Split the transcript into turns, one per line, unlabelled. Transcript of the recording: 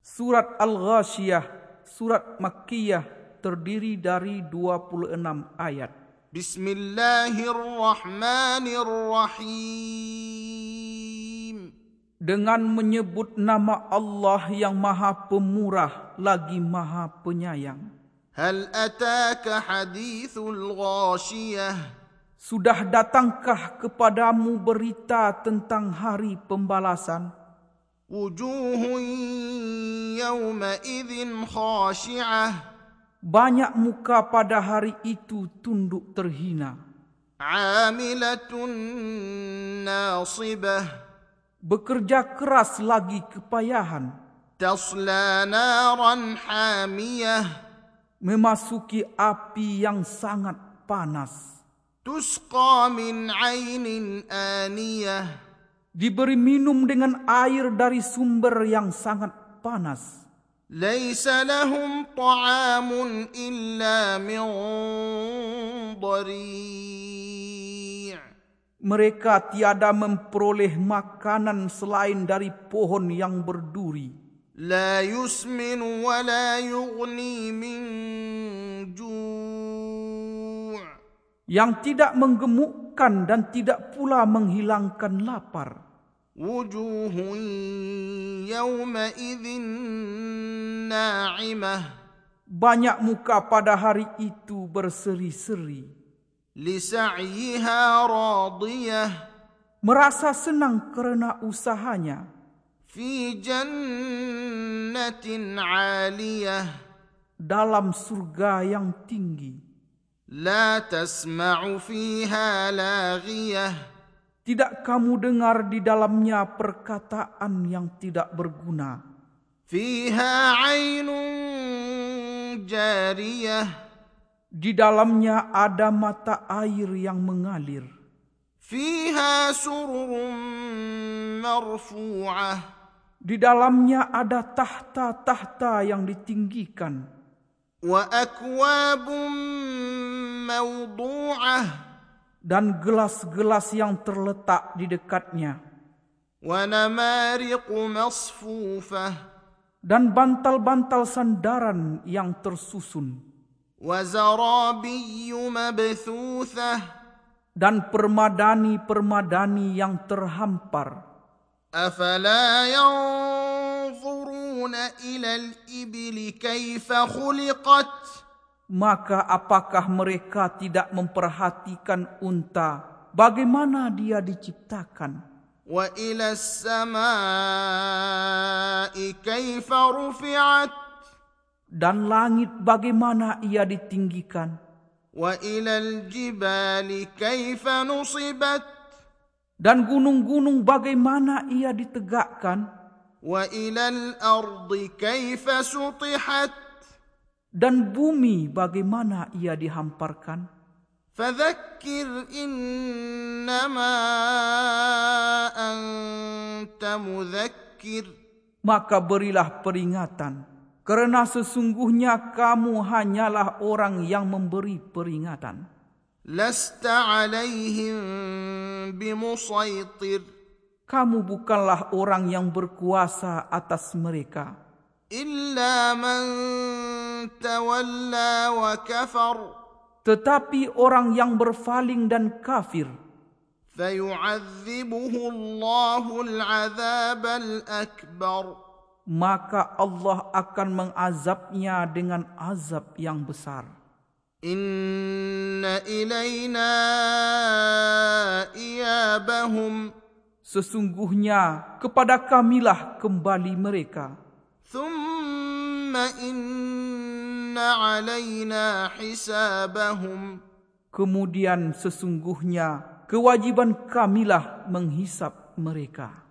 Surat Al-Ghashiyah, surat Makkiyah terdiri dari 26 ayat.
بسم الله الرحمن الرحيم
Dengan menyebut nama Allah yang maha pemurah lagi maha penyayang.
هل أتاك حديث الغاشية
Sudah datangkah kepadamu berita tentang hari pembalasan?
وجوه يومئذ خاشعة
Banyak muka pada hari itu tunduk terhina,
عاملة ناصبة
bekerja keras lagi kepayahan,
تصلى نارا حامية
memasuki api yang sangat panas,
تسقى من عين آنية
diberi minum dengan air dari sumber yang sangat panas,
ليس لهم طعام إلا من ضريع
mereka tiada memperoleh makanan selain dari pohon yang berduri,
لا يسمن ولا يغني من جوع
yang tidak menggemukkan dan tidak pula menghilangkan lapar.
وجوه يومئذ ناعمة
Banyak muka pada hari itu berseri-seri,
لسعيها راضية
merasa senang kerana usahanya,
في جنة عالية
dalam surga yang tinggi.
لا تسمع فيها لاغية
Tidak kamu dengar di dalamnya perkataan yang tidak berguna.
فيها عين جارية
Di dalamnya ada mata air yang mengalir.
فيها سرر مرفوعة
Di dalamnya ada tahta-tahta yang ditinggikan
وأكواب موضوعة
dan gelas-gelas yang terletak di dekatnya
ونمارق مصفوفة
dan bantal-bantal sandaran yang tersusun.
وزرابي مبثوثة
dan permadani-permadani yang terhampar.
أفلا ينظرون إلى الإبل كيف خلقت
Maka apakah mereka tidak memperhatikan unta? Bagaimana dia diciptakan?
وإلى السماء كيف رفعت
Dan langit bagaimana ia ditinggikan?
وإلى الجبال كيف نصبت
Dan gunung-gunung bagaimana ia ditegakkan?
وإلى الأرض كيف سطحت
Dan bumi bagaimana ia dihamparkan?
فذكر إنما أنت مذكر
Maka berilah peringatan. Kerana sesungguhnya kamu hanyalah orang yang memberi peringatan.
لست عليهم بمسيطر
Kamu bukanlah orang yang berkuasa atas mereka,
إلا من تولى وكفر
tetapi orang yang berpaling dan kafir,
فيعذبه الله العذاب الأكبر
maka Allah akan mengazabnya dengan azab yang besar.
إن إلينا إيابهم
Sesungguhnya kepada kamilah kembali mereka,
ثم إن علينا حسابهم
kemudian sesungguhnya kewajiban kamilah menghisap mereka.